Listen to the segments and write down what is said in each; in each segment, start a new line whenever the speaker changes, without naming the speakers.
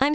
I'm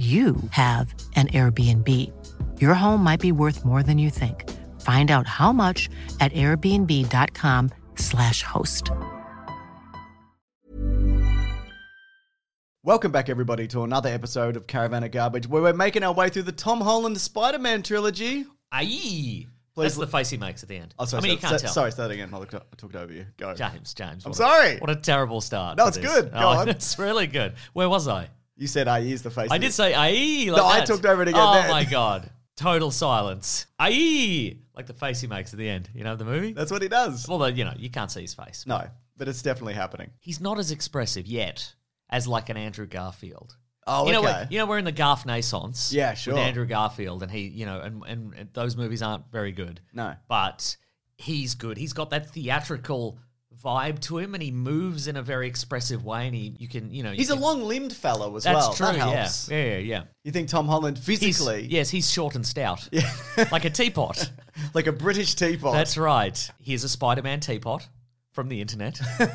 you have an Airbnb. Your home might be worth more than you think. Find out how much at airbnb.com/slash host.
Welcome back, everybody, to another episode of Caravan of Garbage, where we're making our way through the Tom Holland Spider Man trilogy.
Aye.
Please
That's the face he makes at the end.
Oh, sorry,
I mean, you
sorry,
can't
so-
tell.
sorry, say that again. I looked- I took it over you. Go.
James, James.
I'm
what a-
sorry.
what a terrible start.
No,
to
it's
this. Oh,
good. Go on.
It's really good. Where was I?
You said I is the face.
I
of
did
it.
say aye. Like
No, I
that.
took over it again
Oh
then.
my god! Total silence. Aye, like the face he makes at the end. You know the movie.
That's what he does.
Although you know you can't see his face.
No, but it's definitely happening.
He's not as expressive yet as like an Andrew Garfield.
Oh,
you know,
okay.
we're, you know, we're in the Garf Naissance.
Yeah, sure.
With Andrew Garfield, and he, you know, and, and, and those movies aren't very good.
No.
But he's good. He's got that theatrical vibe to him, and he moves in a very expressive way, and he, you can, you know, you
He's a
can-
long limbed fellow as
That's
well.
true.
That helps.
Yeah, yeah, yeah. yeah.
You think Tom Holland
He's,
physically,
yes, he's short and stout, like a teapot.
like a British teapot,
That's right. Here's a Spider-Man teapot from the internet.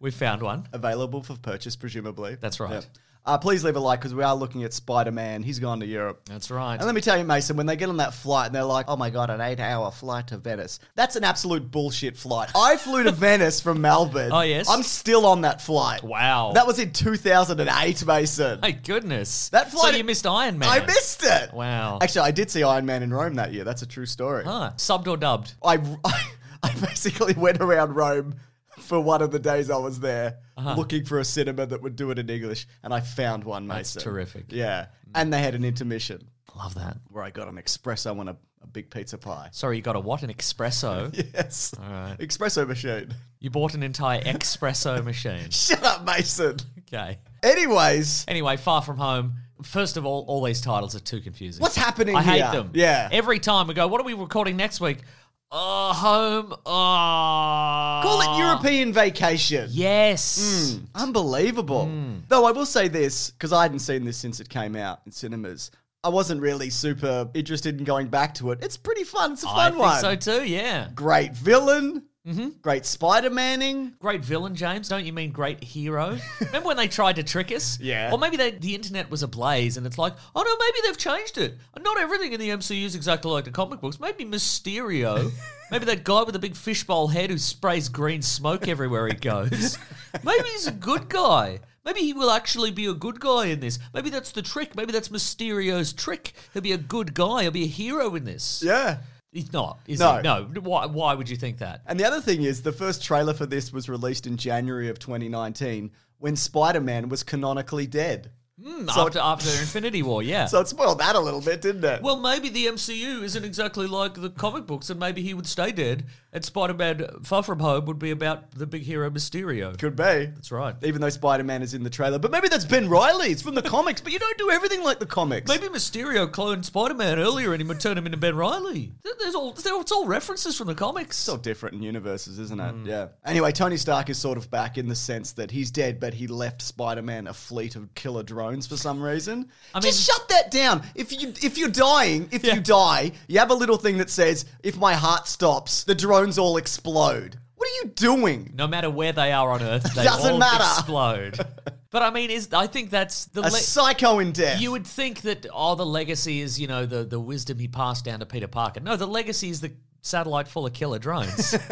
we found one.
available for purchase, presumably.
That's right.
Yeah. Uh, please leave a like because we are looking at Spider Man. He's gone to Europe.
That's right.
And let me tell you, Mason, when they get on that flight and they're like, oh my God, an eight hour flight to Venice. That's an absolute bullshit flight. I flew to Venice from Melbourne.
Oh, yes?
I'm still on that flight.
Wow.
That was in 2008, Mason.
My goodness.
That flight-
So you missed Iron Man.
I missed it.
Wow.
Actually, I did see Iron Man in Rome that year. That's a true story.
Huh. Subbed or dubbed?
I, I, basically went around Rome for one of the days I was there
Uh-huh.
looking for a cinema that would do it in English, and I found one,
That's
Mason.
terrific. Mm.
Yeah. And they had an intermission
Love that.
where I got an espresso and a, a big pizza pie.
Sorry, you got a what? An espresso?
Yes.
All right.
Espresso machine.
You bought an entire espresso machine.
Shut up, Mason.
Okay.
Anyways,
Anyway, Far From Home. First of all, all these titles are too confusing.
What's happening
I
here?
hate them.
Yeah.
Every time we go, what are we recording next week? Uh, home. Uh,
call
Call
it Hmm. European vacation.
Yes.
Unbelievable.
Hmm.
Though I will say this, because I hadn't seen this since it came out in cinemas. I wasn't really super interested in going back to it. It's pretty fun. It's a fun
I think
one.
so too, Mm-hmm. yeah.
Great villain. Great Spider Manning.
Great villain, James. Don't you mean great hero? Remember when they tried to trick us?
Yeah.
Or maybe they, the internet was ablaze and it's like, oh no, maybe they've changed it. Not everything in the MCU is exactly like the comic books. Maybe Mysterio. maybe that guy with the big fishbowl head who sprays green smoke everywhere he goes. maybe he's a good guy. Maybe he will actually be a good guy in this. Maybe that's the trick. Maybe that's Mysterio's trick. He'll be a good guy. He'll be a hero in this.
Yeah.
He's not, is
No.
he? No. Why, why would you think that?
And the other thing is, the first trailer for this was released in January of 2019 when Spider Man was canonically dead. So-
after, after Infinity War, yeah.
So it spoiled that a little bit, didn't it?
Well, maybe the MCU isn't exactly like the comic books, and maybe he would stay dead. And Spider-Man: Far From Home would be about the big hero Mysterio.
could be.
That's right.
Even though Spider Man is in the trailer. But maybe that's Ben Riley's from the comics, but you don't do everything like the comics.
Maybe Mysterio cloned Spider-Man earlier, and he would turn him into Ben Riley. There- There's all, there- it's all references from the comics.
It's all different in universes, isn't it?
Hmm.
Yeah. Anyway, Tony Stark is sort of back in the sense that he's dead, but he left Spider-Man a fleet of killer drones for some reason.
I
Just
mean-
shut that down. If you if you're dying, if
Yeah.
you die, you have a little thing that says, "If my heart stops, the drones all explode." What are you doing?
no matter where they are on Earth, they
Doesn't
all
matter.
explode. but I mean, is I think that's the
A
le-
psycho in death.
You would think that all the legacy is, you know, the, the wisdom he passed down to Peter Parker. No, the legacy is the satellite full of killer drones.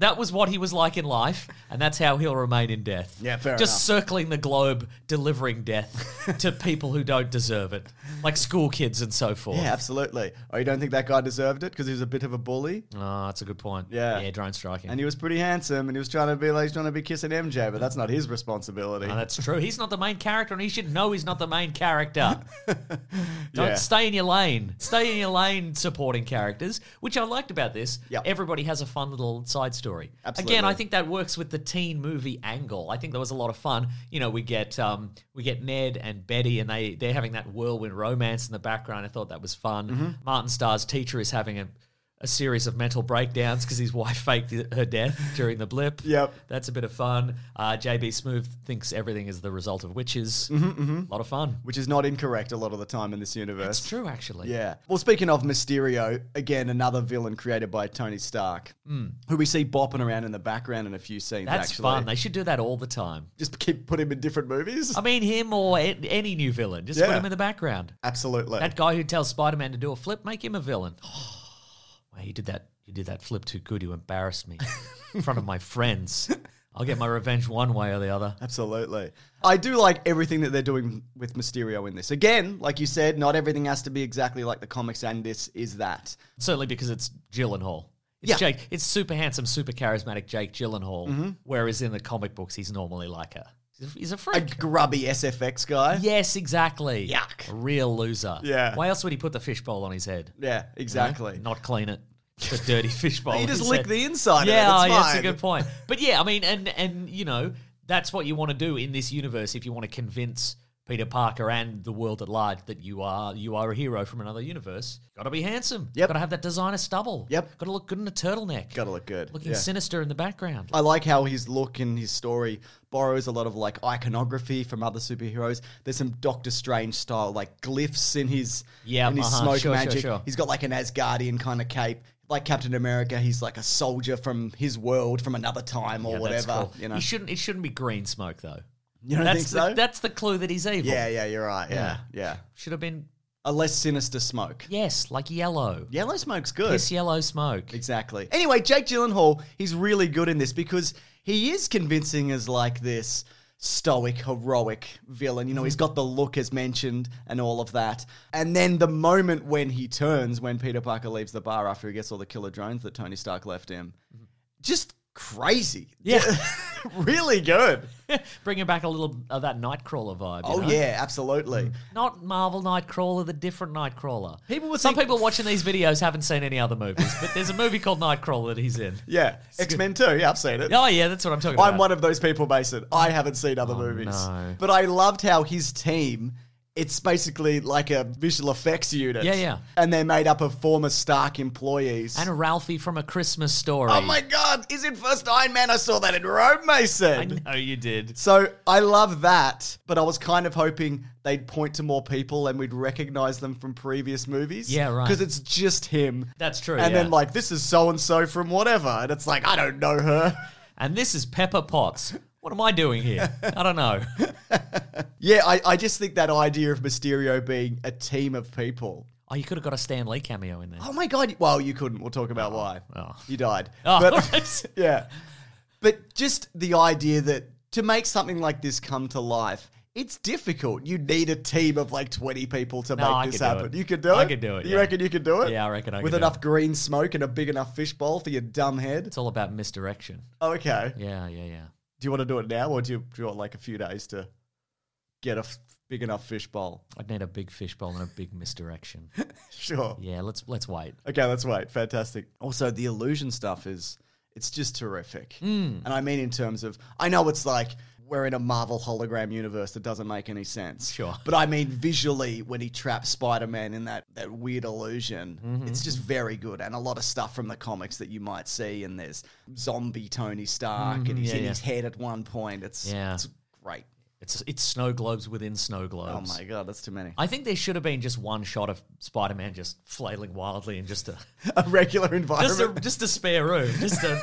That was what he was like in life, and that's how he'll remain in death.
Yeah, fair
Just circling the globe, delivering death to people who don't deserve it, like school kids and so forth.
Yeah, absolutely. Oh, you don't think that guy deserved it because he was a bit of a bully?
Oh, that's a good point.
Yeah.
Yeah, drone striking.
And he was pretty handsome, and he was trying to be like he's trying to be kissing MJ, but that's not his responsibility.
Oh, that's true. He's not the main character, and he should know he's not the main character. Don't
Yeah.
stay in your lane. Stay in your lane, supporting characters, which I liked about this.
Yep.
Everybody has a fun little side story. Again,
Absolutely.
I think that works with the teen movie angle. I think that was a lot of fun. You know, we get um, we get Ned and Betty, and they they're having that whirlwind romance in the background. I thought that was fun.
Mm-hmm.
Martin Starr's teacher is having a. A series of mental breakdowns because his wife faked her death during the blip.
Yep.
That's a bit of fun. Uh, JB Smooth thinks everything is the result of witches.
Mm-hmm,
A lot of fun.
which is not incorrect a lot of the time in this universe.
It's true, actually.
Yeah. Well, speaking of Mysterio, again, another villain created by Tony Stark, who we see bopping around in the background in a few scenes,
Hmm. That's
actually.
fun. They should do that all the time.
Just keep put him in different movies.
I mean, him or a- any new villain. Just put
Yeah.
him in the background.
Absolutely.
That guy who tells Spider Man to do a flip, make him a villain. Well, he did that. He did that flip too good. You embarrassed me in front of my friends. I'll get my revenge one way or the other.
Absolutely. I do like everything that they're doing with Mysterio in this. Again, like you said, not everything has to be exactly like the comics, and this is that.
Certainly because it's Gyllenhaal. It's
Yeah. Mm-hmm.
Jake. It's super handsome, super charismatic Jake Gyllenhaal. Whereas in the comic books, he's normally like a he's a- he's a
A
freak.
grubby SFX guy.
yes, exactly.
Yuck.
A real loser.
Yeah.
Why else would he put the fishbowl on his head?
Yeah, exactly.
Not clean it. It's a dirty fishbowl.
you
on
just
his
lick
head.
the inside of it.
Yeah, oh,
It's
yeah, that's a
fine.
good point. But yeah, I mean, and and you know, that's what you want to do in this universe if you want to convince Peter Parker and the world at large that you are you are a hero from another universe. Got to be handsome.
Yep.
Got to have that designer stubble.
Yep.
Got to look good in a turtleneck.
Gotta look good.
Looking
yeah.
sinister in the background.
I like how his look and his story borrows a lot of like iconography from other superheroes. There's some Doctor Strange style like glyphs in his
Yeah,
in his
uh-huh,
smoke
sure, sure,
magic.
sure.
He's got like an Asgardian kind of cape. Like Captain America, he's like a soldier from his world from another time or
Yeah, that's
whatever.
cool.
You know,
He shouldn't. It shouldn't be green smoke though.
you don't
that's
think
the,
so?
That's the clue that he's evil.
yeah, yeah, you're right. Yeah, yeah.
Should have been
A less sinister smoke.
yes, like yellow.
Yellow smoke's good.
Piss yellow smoke.
Exactly. Anyway, Jake Gyllenhaal, he's really good in this because he is convincing as like this stoic, heroic villain. You know, he's
Mm-hmm.
got the look as mentioned and all of that. And then the moment when he turns, when Peter Parker leaves the bar after he gets all the killer drones that Tony Stark left him, just crazy.
Mm-hmm. Yeah.
really good.
Bringing back a little of that Nightcrawler vibe. you
Oh,
know? Mm.
yeah, absolutely.
Not Marvel Nightcrawler, the different Nightcrawler.
People would
Some
think-
people watching these videos haven't seen any other movies, but there's a movie called Nightcrawler that he's in.
Yeah. X Men 2. Yeah, I've seen it.
Oh yeah, that's what I'm talking
I'm
about.
one of those people, Mason. I haven't seen other movies.
no.
But I loved how his team, it's basically like a visual effects unit.
Yeah, yeah.
And they're made up of former Stark employees.
and Ralphie from A Christmas Story.
oh my God, is it first Iron Man? I saw that in Rome, Mason.
I know you did.
So I love that, but I was kind of hoping they'd point to more people and we'd recognize them from previous movies.
Yeah, right.
Because it's just him.
That's true,
And
yeah.
then like this is so and so from whatever, and it's like I don't know her.
And this is Pepper Potts. What am I doing here? I don't know.
Yeah, I, I just think that idea of Mysterio being a team of people.
Oh, you could have got a Stan Lee cameo in there.
Oh my god! Well, you couldn't. We'll talk about why.
oh.
You died.
Oh,
but,
right.
yeah. But just the idea that to make something like this come to life, it's difficult. You need a team of like twenty people to
No,
make
I
this
could do
happen.
it.
You could do it.
I could do it,
You
yeah.
reckon you could do it?
Yeah, I reckon I
With
could do
enough green smoke and a big enough fishbowl for your dumb head. Oh,
It's all about misdirection.
Okay.
Yeah, yeah, yeah.
Do you want to do it now, or do you, do you want like a few days to get a f- big enough fishbowl?
I'd need a big fishbowl and a big misdirection.
Sure.
Yeah, let's let's wait.
Okay, that's right. Fantastic. Also, the illusion stuff is it's just terrific.
Hmm.
And I mean in terms of I know it's like we're in a Marvel hologram universe that doesn't make any sense.
Sure.
But I mean visually when he traps Spider-Man in that that weird illusion,
Mm-hmm,
it's just very good and a lot of stuff from the comics that you might see and there's zombie Tony Stark and he's
Mm-hmm, yeah,
in
yeah.
his head at one point. It's
Yeah.
it's great.
It's it's snow globes within snow
Oh
globes.
my god, that's too many.
I think there should have been just one shot of Spider Man just flailing wildly in just a
A regular
just a
environment.
just a spare room. Just a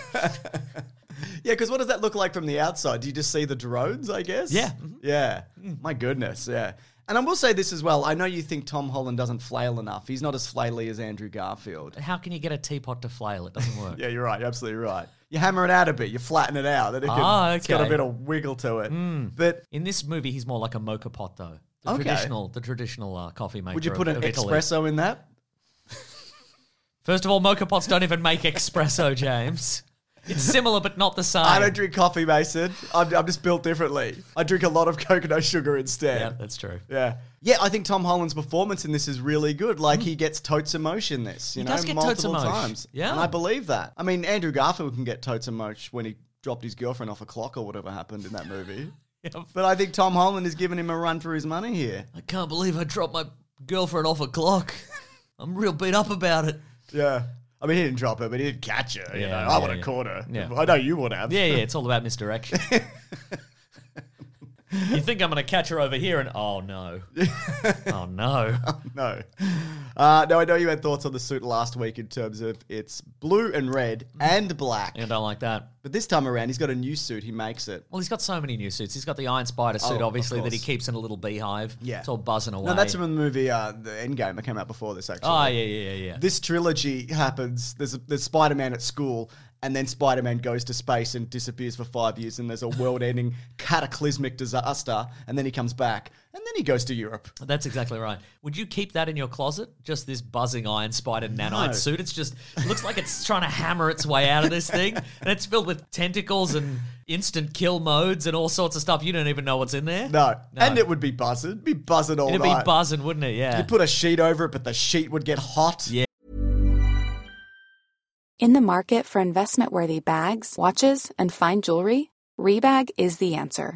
Yeah, because what does that look like from the outside? Do you just see the drones, I guess?
Yeah.
Yeah. My goodness, yeah. And I will say this as well. I know you think Tom Holland doesn't flail enough. He's not as flaily as Andrew Garfield.
How can you get a teapot to flail? It doesn't work.
Yeah, you're right. You're absolutely right. You hammer it out a bit. You flatten it out. Then it can,
Ah,
It's got a
okay.
bit of wiggle to it. But
In this movie, he's more like a mocha pot, though. The
Okay.
traditional, the traditional uh, coffee maker.
would you
of-
put an
of Italy.
espresso in that?
First of all, mocha pots don't even make espresso, James. It's similar but not the same.
I don't drink coffee, Mason. I'm, I'm just built differently. I drink a lot of coconut sugar instead.
Yeah, that's true.
Yeah. Yeah, I think Tom Holland's performance in this is really good. Like he gets totes emotion this, you
He
know,
does get totes
multiple
emotion.
times.
Yeah.
And I believe that. I mean, Andrew Garfield can get totes emotion when he dropped his girlfriend off a clock or whatever happened in that movie. But I think Tom Holland is giving him a run for his money here.
I can't believe I dropped my girlfriend off a clock. I'm real beat up about it.
Yeah. I mean, he didn't drop her, but he did catch her. you
Yeah,
know, I
yeah,
would have
yeah.
caught her.
Yeah.
I know you would have.
Yeah, yeah, it's all about misdirection. you think I'm going to catch her over here and oh no. oh no.
No. Uh, no, I know you had thoughts on the suit last week in terms of it's blue and red
Hmm.
and black.
I don't like that.
But this time around, he's got a new suit. He makes it.
Well, he's got so many new suits. He's got the Iron Spider
Oh,
suit,
of
obviously, that he
course.
keeps in a little beehive.
Yeah.
It's all buzzing away.
No, that's from the movie uh, The Endgame that came out before this, actually.
Oh, yeah, yeah, yeah, yeah.
This trilogy happens. There's, a, there's Spider Man at school, and then Spider Man goes to space and disappears for five years, and there's a world ending cataclysmic disaster, and then he comes back, and then he goes to Europe.
That's exactly right. Would you keep that in your closet? Just this buzzing iron spider nanite
No.
suit. It's just it looks like it's trying to hammer its way out of this thing, and it's filled with tentacles and instant kill modes and all sorts of stuff. You don't even know what's in there.
No. And it would be buzzing. It'd be buzzing all
It'd
night.
be buzzing, wouldn't it? Yeah.
You put a sheet over it, but the sheet would get hot.
Yeah.
In the market for investment worthy bags, watches, and fine jewelry, Rebag is the answer.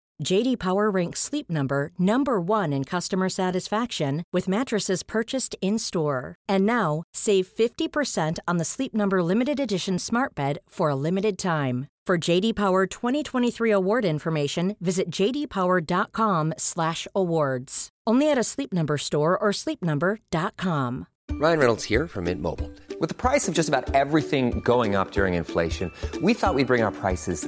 JD Power ranks Sleep Number number 1 in customer satisfaction with mattresses purchased in-store. And now, save 50% on the Sleep Number limited edition Smart Bed for a limited time. For JD Power 2023 award information, visit jdpower.com/awards. Only at a Sleep Number store or sleepnumber.com.
Ryan Reynolds here from Mint Mobile. With the price of just about everything going up during inflation, we thought we'd bring our prices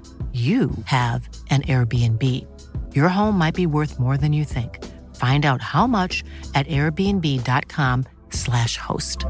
you have an Airbnb. Your home might be worth more than you think. Find out how much at airbnb.com/slash host.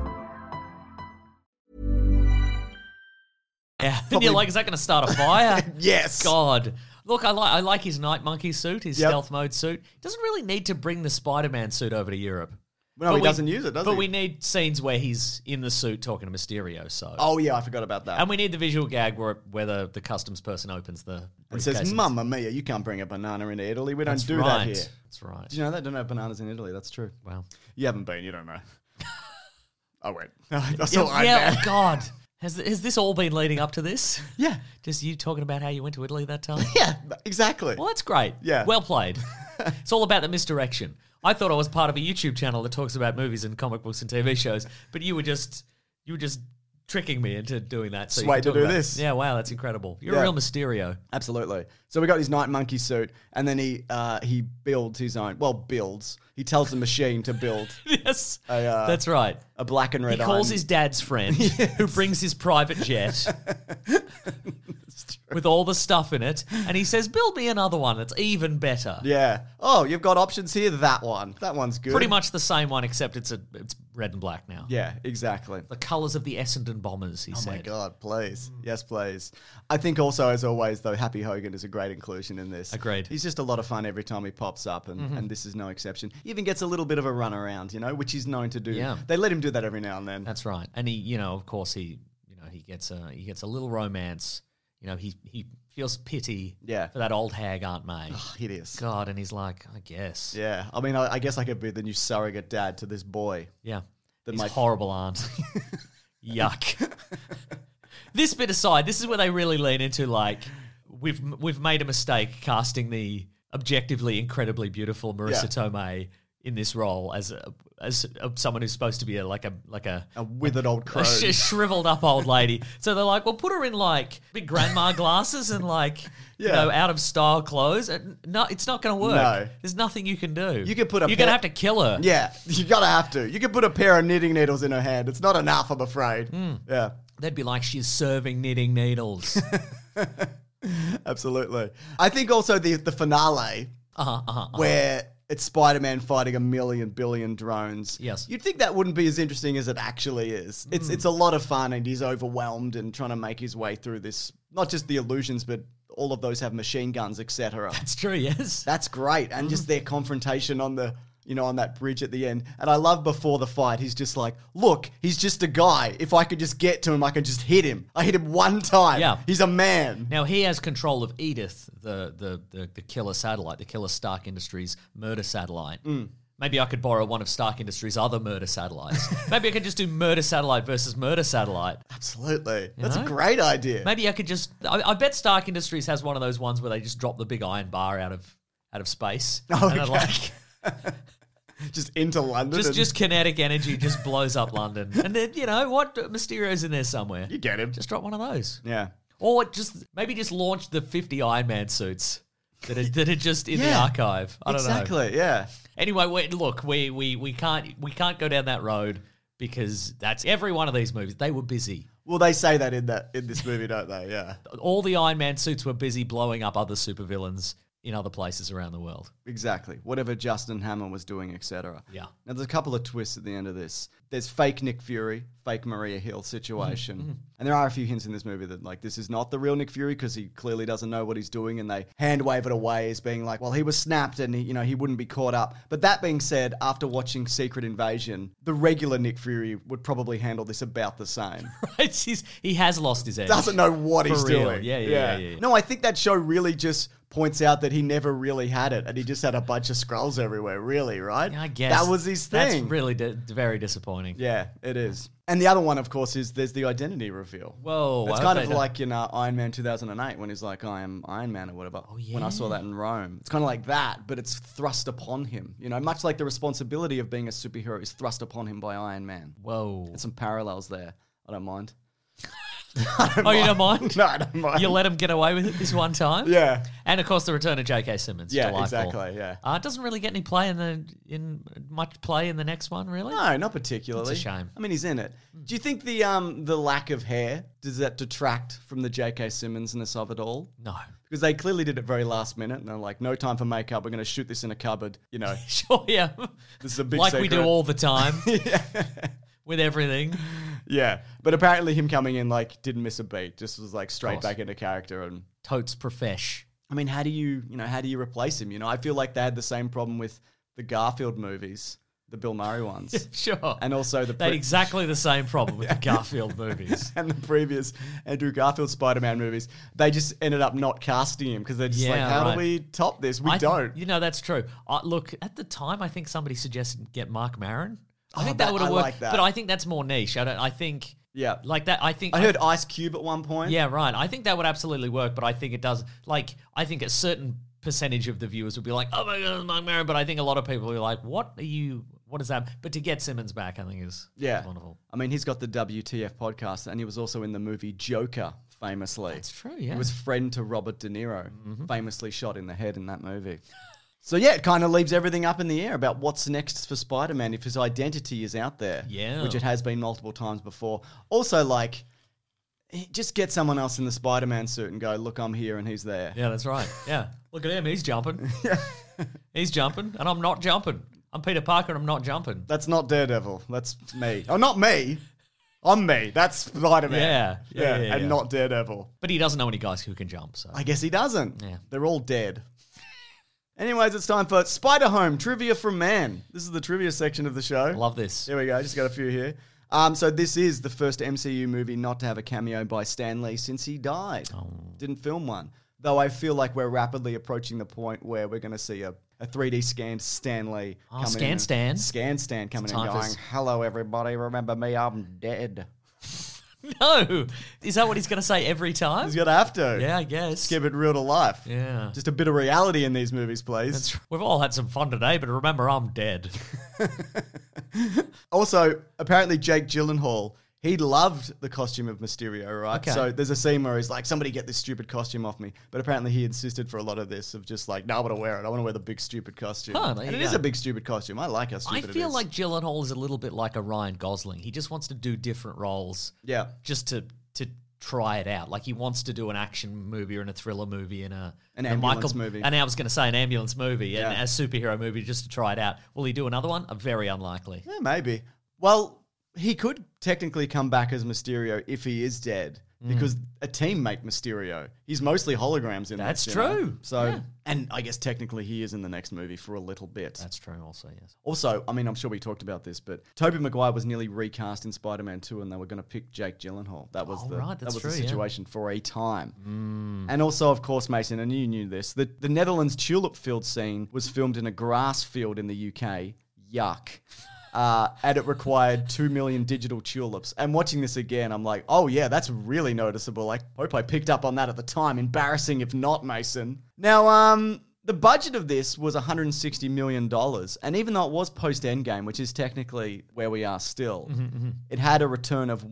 yeah. And you're like, is that going to start a fire?
Yes.
God. Look, I like I like his night monkey suit, his
Yep.
stealth mode suit. doesn't really need to bring the Spider-Man suit over to Europe.
No,
But
he
we-
doesn't use it, does
but
he?
we need scenes where he's in the suit talking to Mysterio. So
oh, yeah, I forgot about that.
And we need the visual gag where, where the, the customs person opens the
and
briefcase
says,
and-
Mamma mia, you can't bring a banana into Italy. We don't
That's
do that
right.
here.
That's right.
Do you know that? Don't have bananas in Italy. That's true.
Wow.
You haven't been. You don't know. oh, wait. That's all
Yeah,
I
yeah,
know.
oh God. Has, has this all been leading up to this?
Yeah.
Just you talking about how you went to Italy that time?
Yeah, exactly.
Well, that's great.
Yeah.
Well played. it's all about the misdirection. I thought I was part of a YouTube channel that talks about movies and comic books and TV shows, but you were just you were just tricking me into doing that. So
Just
you can
wait to
talk
do
about it.
this.
Yeah, wow, that's incredible. You're
Yeah.
a real Mysterio.
Absolutely. So we got his night monkey suit, and then he uh, he builds his own. Well, builds. He tells the machine to build
yes,
uh,
that's right.
a black and red.
He calls
iron-
his dad's friend, who brings his private jet with all the stuff in it, and he says, "Build me another one that's even better."
Yeah. Oh, you've got options here. That one. That one's good.
Pretty much the same one, except it's a it's red and black now.
Yeah. Exactly.
The colours of the Essendon Bombers. He
Oh
said.
my god, please. Yes, please. I think also as always though, Happy Hogan is a great inclusion in this.
Agreed. Mm-hmm.
He's just a lot of fun every time he pops up and, and this is no exception. He even gets a little bit of a run around, you know, which he's known to do.
Yeah.
They let him do that every now and then.
That's right. And he, you know, of course, he, you know, he gets a he gets a little romance. You know, he he feels pity.
Yeah.
For that old hag Aunt May.
it is.
God, and he's like, I guess.
Yeah. I mean I, I guess I could be the new surrogate dad to this boy.
Yeah.
Then
His
my-
horrible aunt. Yuck. this bit aside, this is where they really lean into like we've we've made a mistake casting the objectively incredibly beautiful Marissa Tomei in this role as a, as a, someone who's supposed to be a, like a like a
A withered old crow.
a sh- shriveled up old lady. So they're like, well, put her in like big grandma glasses and like, you
Yeah.
know, out of style clothes. And no, it's not going to work.
No.
There's nothing you can do.
You could put a
You're
pair-
going to have to kill her.
yeah, you gotta have to. You could put a pair of knitting needles in her hand. It's not enough, I'm afraid.
Hmm.
Yeah.
They'd be like, she's serving knitting needles. uh
Absolutely. I think also the the finale
huh. Uh huh.
where it's Spider-Man fighting a million billion drones.
Yes. Mm.
you'd think that wouldn't be as interesting as it actually is. It's it's a lot of fun, and he's overwhelmed and trying to make his way through this. Not just the illusions, but all of those have machine guns, etc.
It's true. Yes.
That's great, and just their confrontation on the. You know, on that bridge at the end. And I love before the fight, he's just like, look, he's just a guy. If I could just get to him, I could just hit him. I hit him one time.
Yeah.
He's a man.
Now he has control of Edith, the the the, the killer satellite, the killer Stark Industries murder satellite.
Mm.
Maybe I could borrow one of Stark Industries' other murder satellites. Maybe I could just do murder satellite versus murder satellite.
Absolutely. That's a
know?
great idea.
Maybe I could just. I, I bet Stark Industries has one of those ones where they just drop the big iron bar out of out of space.
Oh,
And they're
okay.
like,
Just into London.
just
and-
just kinetic energy just blows up London, and then you know what? Mysterio's in there somewhere.
You get him.
Just drop one of those,
Yeah.
or just maybe just launch the fifty Iron Man suits that are that are just in the
Yeah.
archive. I don't know.
exactly. Yeah.
Anyway, we, look, we, we we can't we can't go down that road because that's every one of these movies. They were busy.
Well, they say that in that in this movie, don't they? Yeah.
all the Iron Man suits were busy blowing up other supervillains in other places around the world.
Exactly. Whatever Justin Hammer was doing, etc.
Yeah.
Now there's a couple of twists at the end of this. There's fake Nick Fury, fake Maria Hill situation, and there are a few hints in this movie that like this is not the real Nick Fury because he clearly doesn't know what he's doing, and they hand wave it away as being like, well, he was snapped and he, you know he wouldn't be caught up. But that being said, after watching Secret Invasion, the regular Nick Fury would probably handle this about the same.
Right? He's, he has lost his edge.
doesn't know what
For
he's
real.
doing.
Yeah, yeah, yeah, yeah, yeah.
No, I think that show really just points out that he never really had it, and he just had a bunch of scrolls everywhere. Really, right?
I guess
that was his thing.
That's really di- very disappointing.
yeah, it is. And the other one, of course, is there's the identity reveal.
Whoa,
it's
I
kind of
hope they don't-
like in uh, Iron Man 2008 when he's like, "I am Iron Man" or whatever.
Oh,
When I saw that in Rome, it's kind of like that, but it's thrust upon him. You know, much like the responsibility of being a superhero is thrust upon him by Iron Man.
Whoa.
Some parallels there. I don't mind.
Oh, you don't mind?
No, I don't mind.
You let him get away with it this one time?
yeah.
And of course, the return of J.K. Simmons.
Yeah,
delightful.
exactly, yeah.
Uh, doesn't really get any play in the in much play in the next one, really.
No, not particularly.
It's a shame. Hmm.
I mean, he's in it. Do you think the um the lack of hair does that detract from the J.K. Simmonsness of it all?
No.
Because they clearly did it very last minute, and they're like, "No time for makeup. We're going to shoot this in a cupboard." You know,
Sure, yeah.
this is a big
like we
secret.
do all the time with everything.
Yeah, but apparently him coming in like didn't miss a beat. Just was like straight
course.
back into character. And
Totes profesh.
I mean, how do you you know how do you replace him? You know, I feel like they had the same problem with the Garfield movies, the Bill Murray ones,
Sure.
and also the
They had
pre-
exactly the same problem with the Garfield movies.
and the previous Andrew Garfield Spider-Man movies, they just ended up not casting him because they're just like,
Yeah,
how
right.
do we top this? We
I th-
don't.
You know, that's true. I, look, at the time, I think somebody suggested get Mark Maron. I
Oh,
think
that-
that would have
I
worked,
like that.
but I think that's more niche. I don't. I think
yeah, like
like that. I think
I heard Ice Cube at one point.
Yeah, right. I think that would absolutely work, but I think it does. Like, I think a certain percentage of the viewers would be like, "Oh my god, it's Mark Maron," but I think a lot of people would be like, "What are you? what is that? But to get Simmons back, I think is
Yeah.
is wonderful.
I mean, he's got the WTF podcast, and he was also in the movie Joker, famously.
That's true. Yeah, Mm-hmm.
He was friend to Robert De Niro, famously shot in the head in that movie. So yeah, it kind of leaves everything up in the air about what's next for Spider-Man if his identity is out there.
Yeah.
which it has been multiple times before. Also, like, he- just get someone else in the Spider-Man suit and go, "Look, I'm here," and he's there.
yeah, that's right. Yeah, look at him. He's jumping. he's jumping, and I'm not jumping. I'm Peter Parker, and I'm not jumping.
That's not Daredevil. That's me. Oh, not me. I'm me. That's Spider-Man.
Yeah, yeah, yeah, yeah,
and
yeah.
not Daredevil.
But he doesn't know any guys who can jump. So
I guess he doesn't.
Yeah.
They're all dead. Anyways, it's time for Spider Home trivia from man. This is the trivia section of the show.
love this.
Here we go. Just got a few here. Um, so this is the first MCU movie not to have a cameo by Stan Lee since he died.
Oh.
Didn't film one. Though I feel like we're rapidly approaching the point where we're going to see a, a 3D scanned Stan Lee.
Oh,
coming in
scan
and-
Stan.
Scan Stan coming in
time
and
for
going,
s-
hello everybody, remember me, I'm dead.
No, is that what he's going to say every time?
He's going to have to.
yeah, I guess.
Give it real to life.
Yeah.
Just a bit of reality in these movies, please.
That's- We've all had some fun today, but remember, I'm dead.
Also, apparently Jake Gyllenhaal, he loved the costume of Mysterio, right?
Okay.
So there's a scene where he's like, "Somebody get this stupid costume off me," but apparently he insisted for a lot of this of just like, "No, I want to wear it. I want to wear the big stupid costume."
Huh, there
and
you
it is
go.
a big stupid costume. I like how
I
stupid it
feel
is.
like Gyllenhaal is a little bit like a Ryan Gosling. He just wants to do different roles,
yeah,
just to to try it out. Like he wants to do an action movie or in a thriller movie and a
An
a
ambulance movie.
And I was going to say an ambulance movie and
Yeah.
a superhero movie just to try it out. Will he do another one? Uh, Very unlikely.
yeah, maybe. Well, he could technically come back as Mysterio if he is dead.
Hmm.
Because a team make Mysterio. He's mostly holograms in
That's
this, you know?
true.
So,
Yeah.
and I guess technically he is in the next movie for a little bit.
That's true. Also, yes.
Also, I mean, I'm sure we talked about this, but Toby Maguire was nearly recast in Spider-Man 2 and they were going to pick Jake Gyllenhaal. That was
Oh,
the
right,
that
that's
was the
true, yeah.
situation for a time. And also, of course, Mason, and you knew this, the, the Netherlands tulip field scene was filmed in a grass field in the UK. Yuck. Uh, and it required 2 million digital tulips. And watching this again, I'm like, oh yeah, that's really noticeable. I hope I picked up on that at the time. Embarrassing if not, Mason. Now, um, the budget of this was $160 million. And even though it was post Endgame, which is technically where we are still, it had a return of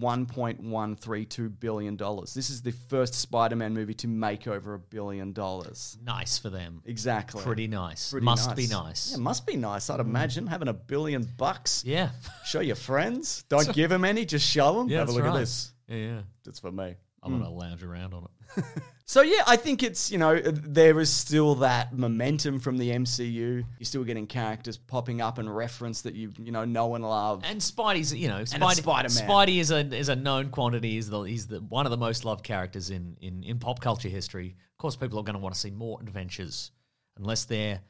$1.132 billion. This is the first Spider Man movie to make over a billion dollars.
Nice for them.
Exactly.
Pretty nice.
Pretty
Must be nice. Mm.
Yeah, must be nice, I'd imagine. Having a billion bucks.
Yeah.
Show your friends. Don't give them any, just show them.
Yeah,
Have a
that's
look at
right.
this.
Yeah. yeah.
It's for me.
I'm going to lounge around on it.
So yeah, I think it's you know there is still that momentum from the MCU. You're still getting characters popping up and reference that you you know know and love.
And Spidey's, you know,
And it's
Spidey,
Spider-Man.
Spidey is a is a known quantity. He's the he's the one of the most loved characters in in, in pop culture history. Of course, people are going to want to see more adventures, unless they're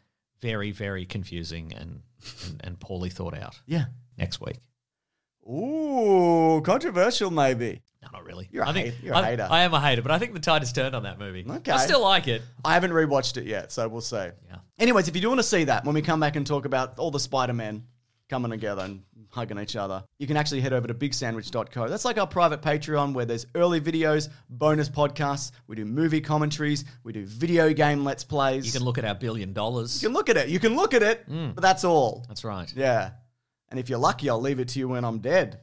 very very confusing and and, and poorly thought out.
yeah.
Next week,
Ooh, controversial maybe.
no, not really.
You're a
I think
hate- you're a
I,
hater.
I am a hater, but I think the tide has turned on that movie.
Okay.
I still like it.
I haven't rewatched it yet, so we'll see.
Yeah.
Anyways, if you do want to see that, when we come back and talk about all the Spider-Men coming together and hugging each other, you can actually head over to bigsandwich.co. That's like our private Patreon where there's early videos, bonus podcasts, we do movie commentaries, we do video game let's plays.
You can look Mm. at our billion dollars.
You can look at it. You can look at it, but that's all.
That's right.
Yeah. And if you're lucky, I'll leave it to you when I'm dead.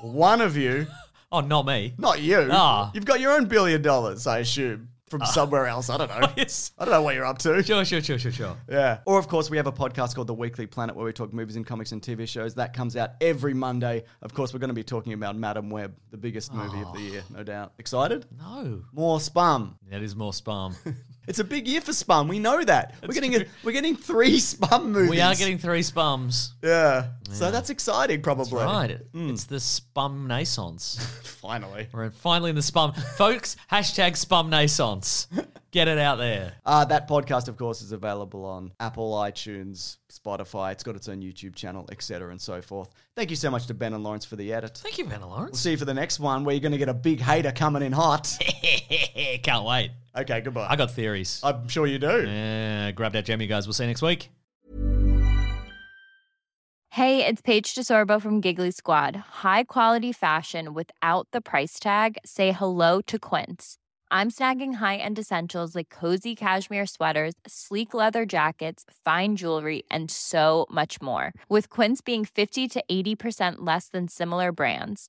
One of you,
Oh, not me.
not you.
Ah.
You've got your own billion dollars, I assume, from somewhere else. I don't know.
Yes.
I don't know what you're up to.
Sure, sure, sure, sure, sure.
Yeah. Or, of course, we have a podcast called The Weekly Planet where we talk movies and comics and TV shows. That comes out every Monday. Of course, we're going to be talking about Madam Web, the biggest movie of the year, no doubt. Excited?
No,
More spam.
that is more spam.
It's a big year for spam. We know that. we're getting a, we're getting three spam movies.
we are getting three spams.
Yeah. So that's exciting, probably.
That's right. Hmm. It- It's the spum naissance.
Finally.
We're finally in the spum. Folks, hashtag spum naissance. Get it out there.
Uh, that podcast, of course, is available on Apple, iTunes, Spotify. It's got its own YouTube channel, etc., and so forth. Thank you so much to Ben and Lawrence for the edit.
Thank you, Ben
We'll
Lawrence.
see you for the next one where you're going to get a big hater coming in hot.
Can't wait.
okay, goodbye.
I got theories.
I'm sure you do.
Yeah, grab that jam, you guys. We'll see you next week.
Hey, it's Paige DeSorbo from Giggly Squad. High quality fashion without the price tag. Say hello to Quince.
I'm snagging high end essentials like cozy cashmere sweaters, sleek leather jackets, fine jewelry, and so much more. With Quince being 50 to 80% less than similar brands.